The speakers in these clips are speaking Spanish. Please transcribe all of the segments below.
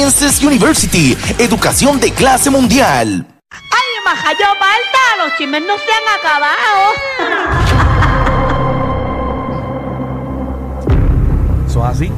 Access University, educación de clase mundial. ¡Ay, majayo, falta! ¡Los chismes no se han acabado! ¿Eso es así?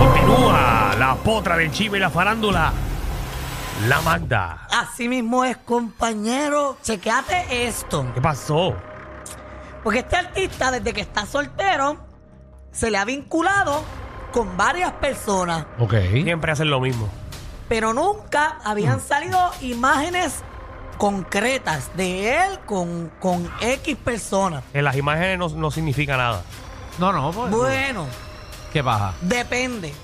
Continúa la potra del chisme y la farándula. La Magda. Así mismo es, compañero. Chequeate esto. ¿Qué pasó? Porque este artista, desde que está soltero, se le ha vinculado con varias personas, Ok. Siempre hacen lo mismo. pero nunca Mm. habían salido imágenes concretas de él con, con X personas. En las imágenes no, no significa nada. No, no, pues. Bueno, ¿Qué pasa? depende.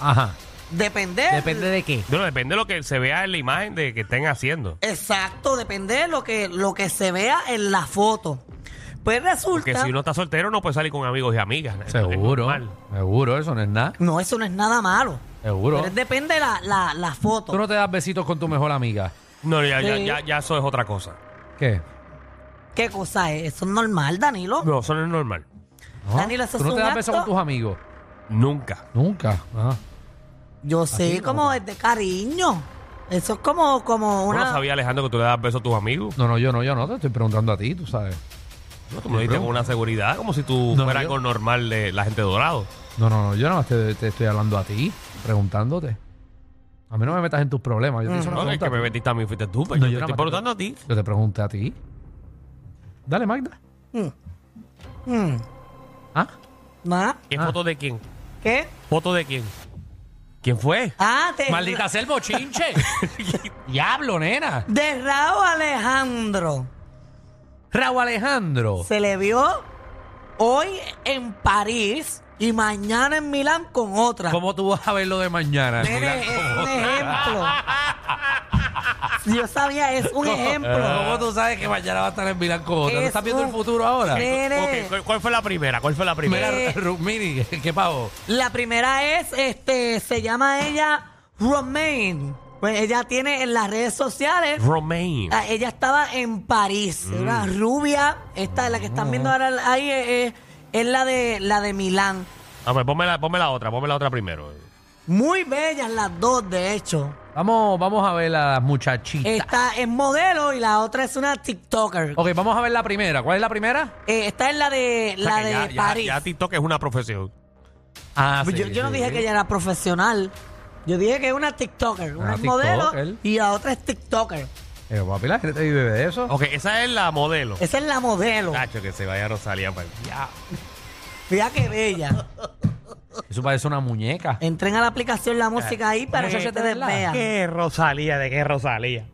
Ajá. Depende. Depende de qué. Bueno, depende de lo que se vea en la imagen de que estén haciendo. Exacto, depende de lo que, lo que se vea en la foto. Pues Porque resulta. si uno está soltero no puede salir con amigos y amigas. Es Seguro. normal. Seguro, eso no es nada. No, eso no es nada malo. Seguro. Pero es depende de la, la, la foto. Tú no te das besitos con tu mejor amiga. No, ya, ya, Sí. ya, ya eso es otra cosa. ¿Qué? ¿Qué cosa es? ¿Eso es normal, Danilo? No, eso no es normal. Ajá. Danilo, eso Tú es no te un das besos acto- con tus amigos. Nunca. Nunca. Ah. Ajá. Yo sé, como es de cariño. Eso es como, como Uno una. no sabía, Alejandro, que tú le das besos a tus amigos. No, no, yo no, yo no. Te estoy preguntando a ti, tú sabes. No, tú me lo diste con una seguridad, como si tú No, fueras yo- algo normal de la gente de dorado. No, no, no. Yo nada más te, te estoy hablando a ti, preguntándote. A mí no me metas en tus problemas. Yo te hice una No, es pregunta. que me metiste a mí, fuiste tú, pero No, yo yo te nada estoy más preguntando a ti. Yo te pregunté a ti. Dale, Magda. Mm, ¿Ah? ¿ma? ¿Qué Ah. foto de quién? ¿Qué? ¿Foto de quién? ¿Quién fue? Ah, de, sea el bochinche. Diablo, nena. de Raúl Alejandro. Raúl Alejandro. Se le vio hoy en París y mañana en Milán con otra. ¿Cómo tú vas a ver lo de mañana? Mira, Nene, eh, es ¿cómo? un ejemplo. Yo sabía, es un ¿Cómo ejemplo. tú sabes que mañana va a estar en Milán con otra? ¿No Es estás viendo un- el futuro ahora? Nene, Ok, ¿cuál, cuál fue la primera? ¿Cuál fue la primera? Mira, eh. Rukmini, ¿qué pavo? la primera es, este, se llama ella Romaine. Pues ella tiene en las redes sociales Romaine. Ah, ella estaba en París, Mm. era rubia. Esta la que están Ah. viendo ahora ahí eh, eh, es, la de la de Milán. A ver, ponme la, ponme la otra, ponme la otra primero. Muy bellas las dos, de hecho. Vamos, vamos a ver a las muchachitas. Esta es modelo y la otra es una TikToker. Ok, vamos a ver la primera. ¿Cuál es la primera? Eh, esta es la de O sea, la que de ya, ya- París. ya TikTok es una profesión. Ah, yo, yo no dije que ella era profesional. Yo dije que es una TikToker. Una Ah, es modelo TikToker. y la otra es TikToker. Eh, papi, la gente vive de eso. Ok, esa es la modelo. Esa es la modelo. Cacho, que se vaya Rosalía para el diablo. Mira qué bella. Eso parece una muñeca. Entren a la aplicación la música ahí para que Muchacha, se te de verdad. desvea. ¿Qué Rosalía? ¿De qué Rosalía?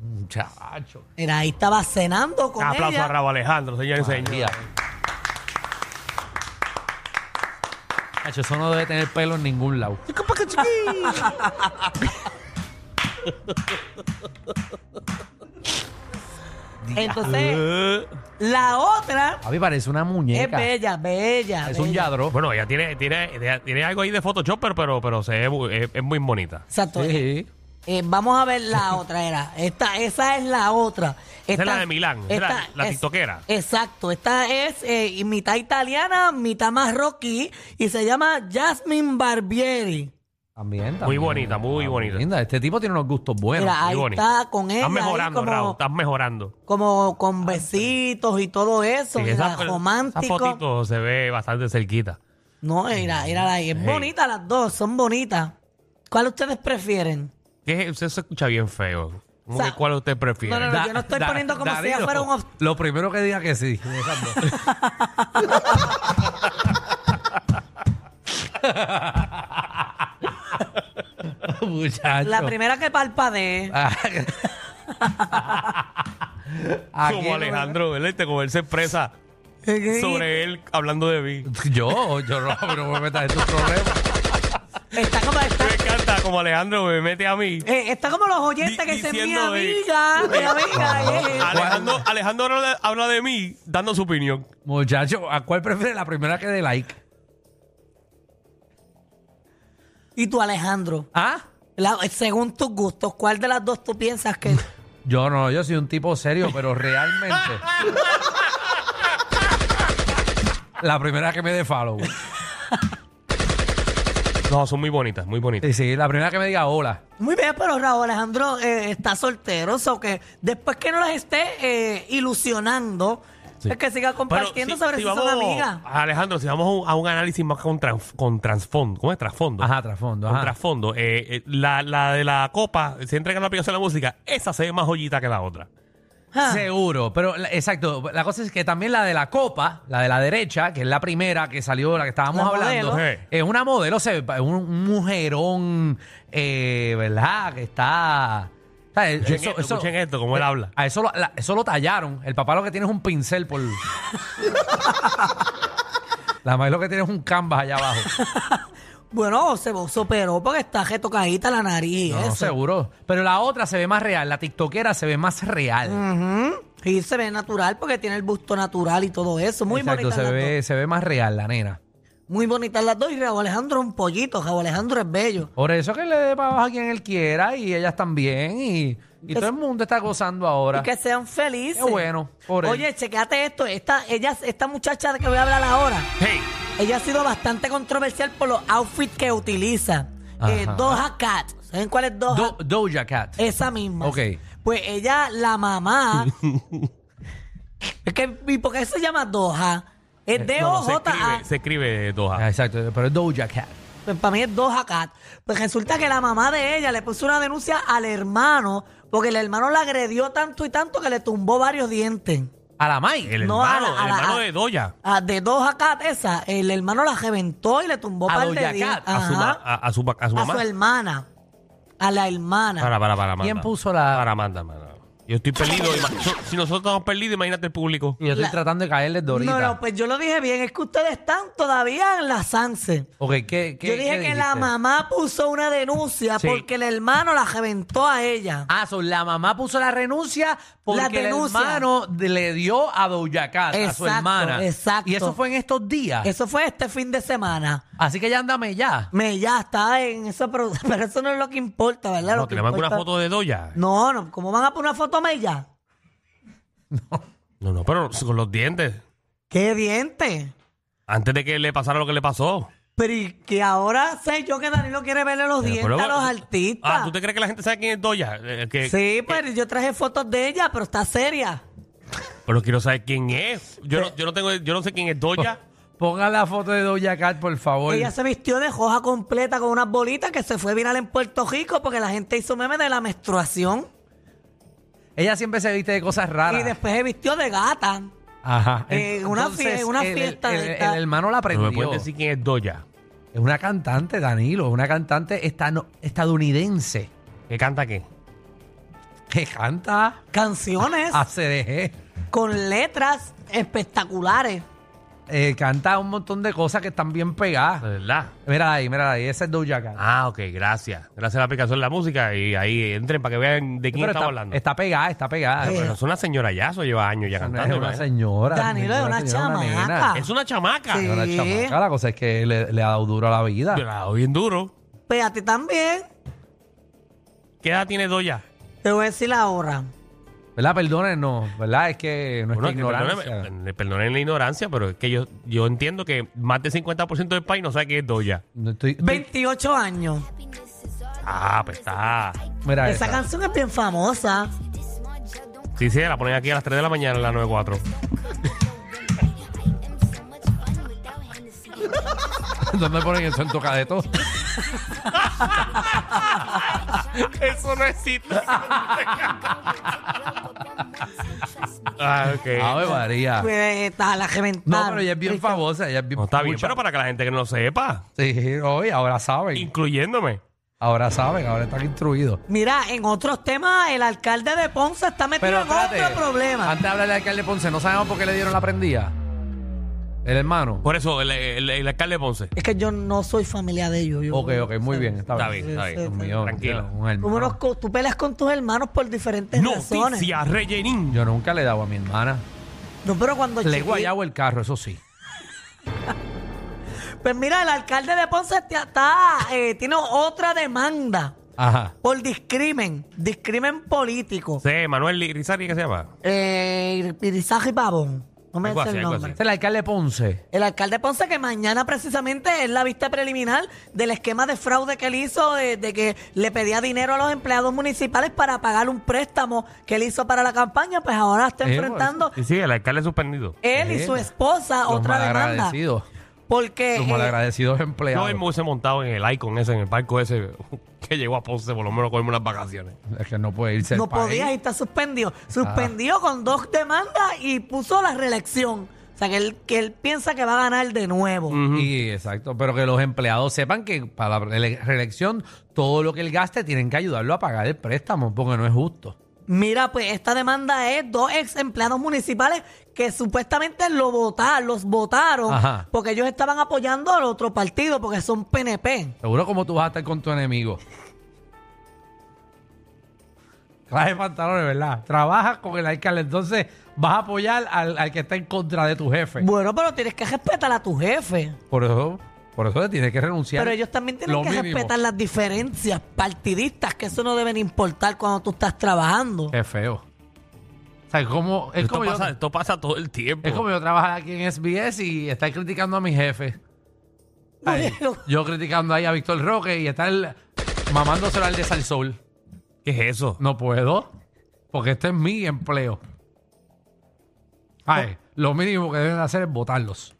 Muchacho. Mira, ahí estaba cenando con Un aplauso ella. a Rabo Alejandro, señores y María. señores. Muchacho, eso no debe tener pelo en ningún lado. Entonces, Eh, la otra Papi, parece una es muñeca. bella, bella. Es un bella. yadro. Bueno, ella tiene, tiene, tiene algo ahí de Photoshop, pero, pero, pero se ve bu- es, es muy bonita. Exacto. Sí. Eh, vamos a ver la otra, era. Esta, esa es la otra. es Esta, la de Milán, esa es la- la tiktokera. Exacto. Esta es eh, y mitad italiana, mitad marroquí y se llama Jasmine Barbieri. También, también. Muy bonita, muy Ah, bonita. Linda, este tipo tiene unos gustos buenos. Mira, ahí muy bonita. está con ella. Estás ahí mejorando, como, Raúl, estás mejorando. como con besitos y todo eso. Sí, mira, esa- romántico. Esa fotito se ve bastante cerquita. No, era, era la- es Sí. bonita las dos, son bonitas. ¿Cuál ustedes prefieren? ¿Qué? Usted se escucha bien feo. Como O sea, que ¿Cuál usted prefiere? no, no, no. yo estoy poniendo como si ella fuera un ob- Lo primero que diga que sí. Muchacho. Ah. La primera que palpadee. Aquí Como no- Alejandro, ¿verdad? Y te- Como él se expresa sobre él hablando de mí. Yo, yo no, a mí no me metas en tus problemas. Está como, está, Me encanta como Alejandro me mete a mí. eh, está como los oyentes Di- que dicen mi diciendo, Ah, eh, amiga, mi amiga. eh, eh. Alejandro, Alejandro habla- habla de mí dando su opinión. Muchacho, ¿a cuál prefiere la primera que dé like? Y tú, Alejandro, ¿Ah? la- según tus gustos, ¿cuál de las dos tú piensas que Yo no, yo soy un tipo serio, pero realmente. la primera que me dé follow. No, son muy bonitas, muy bonitas. Sí, sí, la primera que me diga hola. Muy bien, pero Raúl Alejandro eh, está soltero, o que después que no las esté eh, ilusionando, es que siga compartiendo si- sobre si si, son vamos- amigas. Alejandro, si vamos a un, a un análisis más con, trans- con trasfondo, ¿cómo es trasfondo? Ajá, trasfondo. Con Ajá. trasfondo. Eh, eh, la, la de la copa, se entrega una aplicación de la música, esa se ve más joyita que la otra. Ah, Seguro, pero la- exacto. La cosa es que también la de la copa, la de la derecha, que es la primera que salió, la que estábamos La hablando, modelo. Sí. es una modelo, se, ve- un, un mujerón, eh, ¿verdad? Que está. está- Escuchen, esto, escuchen esto, como él habla. eh, A eso lo, la- eso lo tallaron. El papá lo que tiene es un pincel por. la madre lo que tiene es un canvas allá abajo. Bueno, se, se operó porque está retocadita la nariz. No, no, eso. seguro. Pero la otra se ve más real. La tiktokera se ve más real. Mm, Ujú. Y se ve natural porque tiene el busto natural y todo eso. Muy Exacto, bonitas se las ve, se ve más real la nena. dos. Muy bonitas las dos. Y Raúl Alejandro es un pollito. Raúl Alejandro es bello. Por eso que le dé para abajo a quien él quiera y ellas también. Y, y Es- todo el mundo está gozando ahora. Y que sean felices. Qué bueno, por él. Oye, chequeate esto. Esta, ella, esta muchacha de que voy a hablar ahora, Hey, ella ha sido bastante controversial por los outfits que utiliza. Eh, Ajá. Doja Cat. ¿Saben cuál es Doja? Do- Doja Cat. Esa misma. Ok. Pues ella, la mamá. es que, ¿y por qué se llama Doha? Eh, Es no, no, se D-O-J-A. escribe, se escribe Ah, Doha. exacto, pero es Doja Cat. Pues para mí es Doja Cat. Pues resulta que la mamá de ella le puso una denuncia al hermano porque el hermano la agredió tanto y tanto que le tumbó varios dientes. A la Mai. El no, a hermano, la- a el la- hermano a- de Doya. Ah, de Doja Cat esa, el hermano la reventó y le tumbó A par Doja de dientes. Cat, A su, ma- Ajá. a, a su, a su A mamá. su hermana. A la hermana. Para, para, para, Amanda. ¿Quién puso la- Para, Amanda, Amanda. Yo estoy perdido. ima- so- si nosotros estamos perdidos, imagínate el público. Y yo estoy La- tratando de caerle Dorita. No, no, pues yo lo dije bien, es que ustedes están todavía en la Sanse. Ok, ¿qué, qué- Yo dije qué que la dijiste? mamá puso una denuncia Sí. porque el hermano la reventó a ella. Ah, so, la mamá puso la renuncia La porque el denuncia. hermano de- le dio a Doja Cat, a su Exacto, hermana. exacto. Y eso fue en estos días. Eso fue este fin de semana. Así que ya andame ya. Me ya está en eso, pero, pero eso no es lo que importa, ¿verdad? No, Lo que que le mandan una importa- foto de Doya. No, no, ¿cómo van a poner una foto a Mella? No, no, pero con los dientes. ¡Qué diente! Antes de que le pasara lo que le pasó. Pero y que ahora sé yo que Danilo quiere verle los dientes Pero, a los pero- artistas. Ah, ¿tú te crees que la gente sabe quién es Doya? Eh, que- sí, pero yo traje fotos de ella, pero está seria. Pero quiero saber quién es. Yo, no, yo, no, tengo, yo no sé quién es Doya. Ponga la foto de Doja Cat, por favor. Ella se vistió de hoja completa con unas bolitas que se fue viral en Puerto Rico porque la gente hizo meme de la menstruación. Ella siempre se viste de cosas Y raras. después se vistió de gata. Ajá. Eh, una fie- una el- fiesta El, de el- esta- el hermano la Pero me aprendió. pueden decir quién es Doya. Es una cantante, Danilo. Una cantante estano- estadounidense ¿Qué canta qué? que canta Canciones Ah, ACDG. con letras espectaculares. Eh, canta un montón de cosas que están bien pegadas. ¿Verdad? Mira ahí, mira ahí. Esa es Doja Cat. Ah, ok, gracias. Gracias a la aplicación de la música y ahí entren para que vean de quién Pero estamos está, hablando. está pegada, está pegada. Sí. Pero Pero es una señora ya, eso lleva años ya no es cantando. una ¿verdad? señora. Danilo, ni es una señora, nena. chamaca. Es una chamaca. Sí. Es una chamaca. La cosa es que le, le ha dado duro a la vida. Yo la hago bien duro. Pues a ti también. ¿Qué edad tiene Doya? Te voy a decir ahora. ¿Verdad? Perdónenos, ¿verdad? Es que nuestra Bueno, que ignorancia. perdónenme- eh, Perdonen la ignorancia, pero es que yo, yo entiendo que más del 50% del país no sabe qué es Doya. No estoy, estoy- 28 años. Ah, pues está. mira Esa esa. canción es bien famosa. Sí, sí, la ponen aquí a las 3 de la mañana, la 94. ¿Dónde ponen eso en tocadeto? Eso no existe. ah, A ok. ver, María. Pues, está la Ah. No, reventaron. pero ella es bien Rica. famosa, ella es bien No está bien, mucha. pero para que la gente que no sepa, Sí, hoy ahora saben. incluyéndome. Ahora saben, ahora están instruidos. Mira, en otros temas, el alcalde de Ponce está metido Pero en espérate, otro problema. antes de hablarle al alcalde Ponce, no sabemos por qué le dieron la prendida. El hermano. Por eso, el, el- el alcalde de Ponce. Es que yo no soy familia de ellos. yo- Ok, ok, muy bien, está, Está bien. bien, está bien. Dios mío, Tranquilo. Dios, un hermano. Tú, unos co- tú peleas con tus hermanos por diferentes razones. Noticias Rellenín. Yo nunca le he dado a mi hermana. No, pero cuando Le he chiquito- guayado el carro, eso sí. Pues mira, el alcalde de Ponce está- está, eh, tiene otra demanda Ajá. por discrimen, discrimen político. Sí, Manuel Rizari, ¿qué se llama? Eh, Pirizaje Pavón. No me Algo sé así, el algo nombre. Este Es el alcalde Ponce. El alcalde Ponce que mañana precisamente es la vista preliminar del esquema de fraude que él hizo, de, de que le pedía dinero a los empleados municipales para pagar un préstamo que él hizo para la campaña, pues ahora está Eh, enfrentando Y sí, el alcalde suspendido. él y su esposa Los Ah, otra demanda. malagradecidos. Porque Los eh, malagradecidos No empleados. él me hubiese montado en el icon ese, en el barco ese que llegó a Ponce, por lo menos cogerme unas vacaciones. es que no puede irse no el país. Ah. podía y está suspendido. Suspendido con dos demandas y puso la reelección. O sea, que él, que él piensa que va a ganar de nuevo. Y exacto, pero que los empleados sepan que para la ele- reelección todo lo que él gaste tienen que ayudarlo a pagar el préstamo, porque no es justo. Mira, pues esta demanda es dos ex empleados municipales que supuestamente lo votaron, los votaron Ajá. porque ellos estaban apoyando al otro partido porque son PNP. Seguro como tú vas a estar con tu enemigo. Traje pantalones, ¿verdad? Trabajas con el alcalde, entonces vas a apoyar al, al que está en contra de tu jefe. Bueno, pero tienes que respetar a tu jefe. Por eso, por eso le tienes que renunciar. Pero ellos también tienen lo que mínimo. respetar las diferencias partidistas, que eso no deben importar cuando tú estás trabajando. Qué feo. O sea, es como, es Esto como, pasa, yo, esto pasa todo el tiempo. es como yo trabajar aquí en SBS y estar criticando a mi jefe. Ay, Bueno, yo criticando ahí a Víctor Roque y estar mamándoselo al de Salsol. ¿Qué es eso? No puedo, porque este es mi empleo. Ay, lo mínimo que deben hacer es votarlos.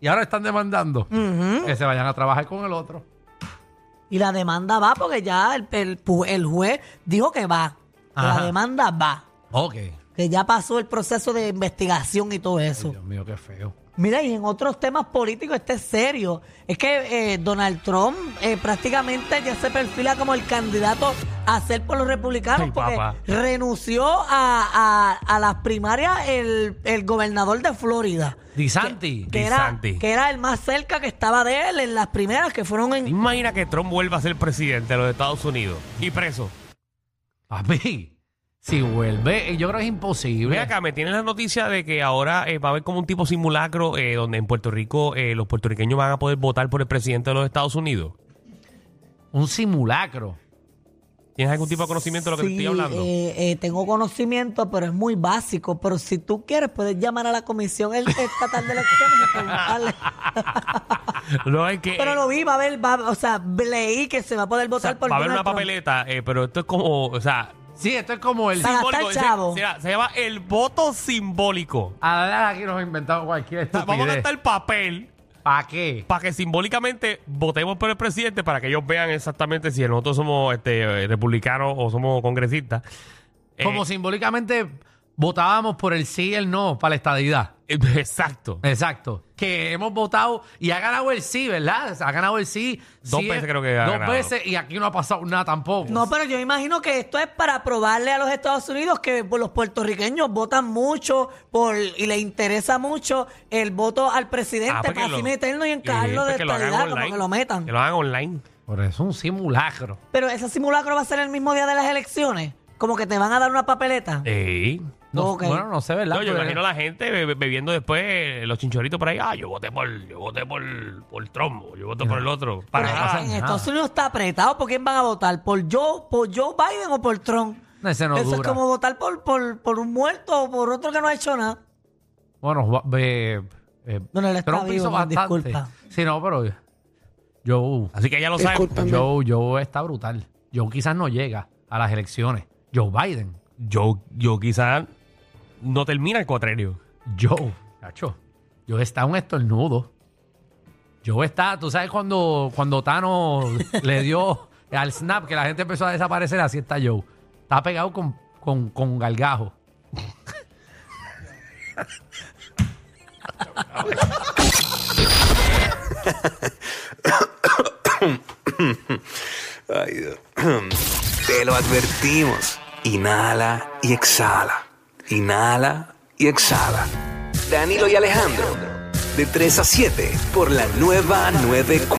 Y ahora están demandando que se vayan a trabajar con el otro. Y la demanda va porque ya el, el pu- el juez dijo que va. Que Ajá. La demanda va. Ok. Que ya pasó el proceso de investigación y todo eso. Dios mío, qué feo. Mira, y en otros temas políticos, este es serio. Es que eh, Donald Trump eh, prácticamente ya se perfila como el candidato a ser por los republicanos Ay, porque papá. renunció a, a- a las primarias el, el gobernador de Florida. Disanti. Que era, DeSantis. que era el más cerca que estaba de él en las primeras que fueron en... Imagina que Trump vuelva a ser presidente de los Estados Unidos y preso. Papi, si vuelve, eh, yo creo que es imposible. Ve acá, me tienen la noticia de que ahora eh, va a haber como un tipo simulacro eh, donde en Puerto Rico eh, los puertorriqueños van a poder votar por el presidente de los Estados Unidos. Un simulacro. ¿Tienes algún tipo de conocimiento de lo que te Sí, estoy hablando? eh, eh, tengo conocimiento, pero es muy básico. Pero si tú quieres, puedes llamar a la comisión el- estatal de elecciones y preguntarle. No es que. Pero eh, lo vi, va a haber, va- o sea, leí que se va a poder o sea, votar por va a haber una Donald Trump. papeleta, eh, pero esto es como. O sea. Sí, esto es como el... Para simbólico, gastar se- chavo. Se, se llama el voto simbólico. A la aquí nos inventamos cualquier O sea, estupidez. vamos a gastar papel ¿Para qué? para que simbólicamente votemos por el presidente para que ellos vean exactamente si nosotros somos este, eh, republicanos o somos congresistas. Eh, Como simbólicamente votábamos por el sí y el no para la estadidad. eh, Exacto. Exacto. Que hemos votado y ha ganado el sí, ¿verdad? Ha ganado el sí. Dos Sí, veces creo que ha Dos ganado. veces y aquí no ha pasado nada tampoco. No, pero yo imagino que esto es para probarle a los Estados Unidos que pues, los puertorriqueños votan mucho por y les interesa mucho el voto al presidente Ah, pues para que así lo- meterlo y sí, encargarlo pues de que lo hagan estabilidad, como online. que lo metan. Que lo hagan online. Por eso es un simulacro. Pero ese simulacro va a ser el mismo día de las elecciones. Como que te van a dar una papeleta. Eh, Ey. No, Ok. Bueno, no sé, ¿verdad? No, yo Pero- imagino a la gente be- be- bebiendo después eh, los chinchoritos por ahí. Ah, yo voté por, yo voté por, por Trumbo, yo voté por el otro. Para Pero nada. en nada. Estados Unidos está apretado. ¿Por quién van a votar? ¿Por Joe, por Joe Biden o por Trump? No, ese no Eso es dura. como votar por, por, por un muerto o por otro que no ha hecho nada. Bueno, va- eh, eh, Bueno, él está Trump vivo, hizo man, bastante. disculpa. Sí, no, pero yo Así que ya lo saben. Joe, Joe está brutal. Joe quizás no llega a las elecciones. Joe Biden. Yo, yo quizás no termina el cuatrenio. Joe, cacho. Joe está un estornudo. Joe está, tú sabes cuando, cuando Tano le dio al snap que la gente empezó a desaparecer, así está Joe. Está pegado con, con, con gargajo. Ay, Dios. Te lo advertimos. Inhala y exhala. Inhala y exhala. Danilo y Alejandro. De 3 a 7 por la nueva 94.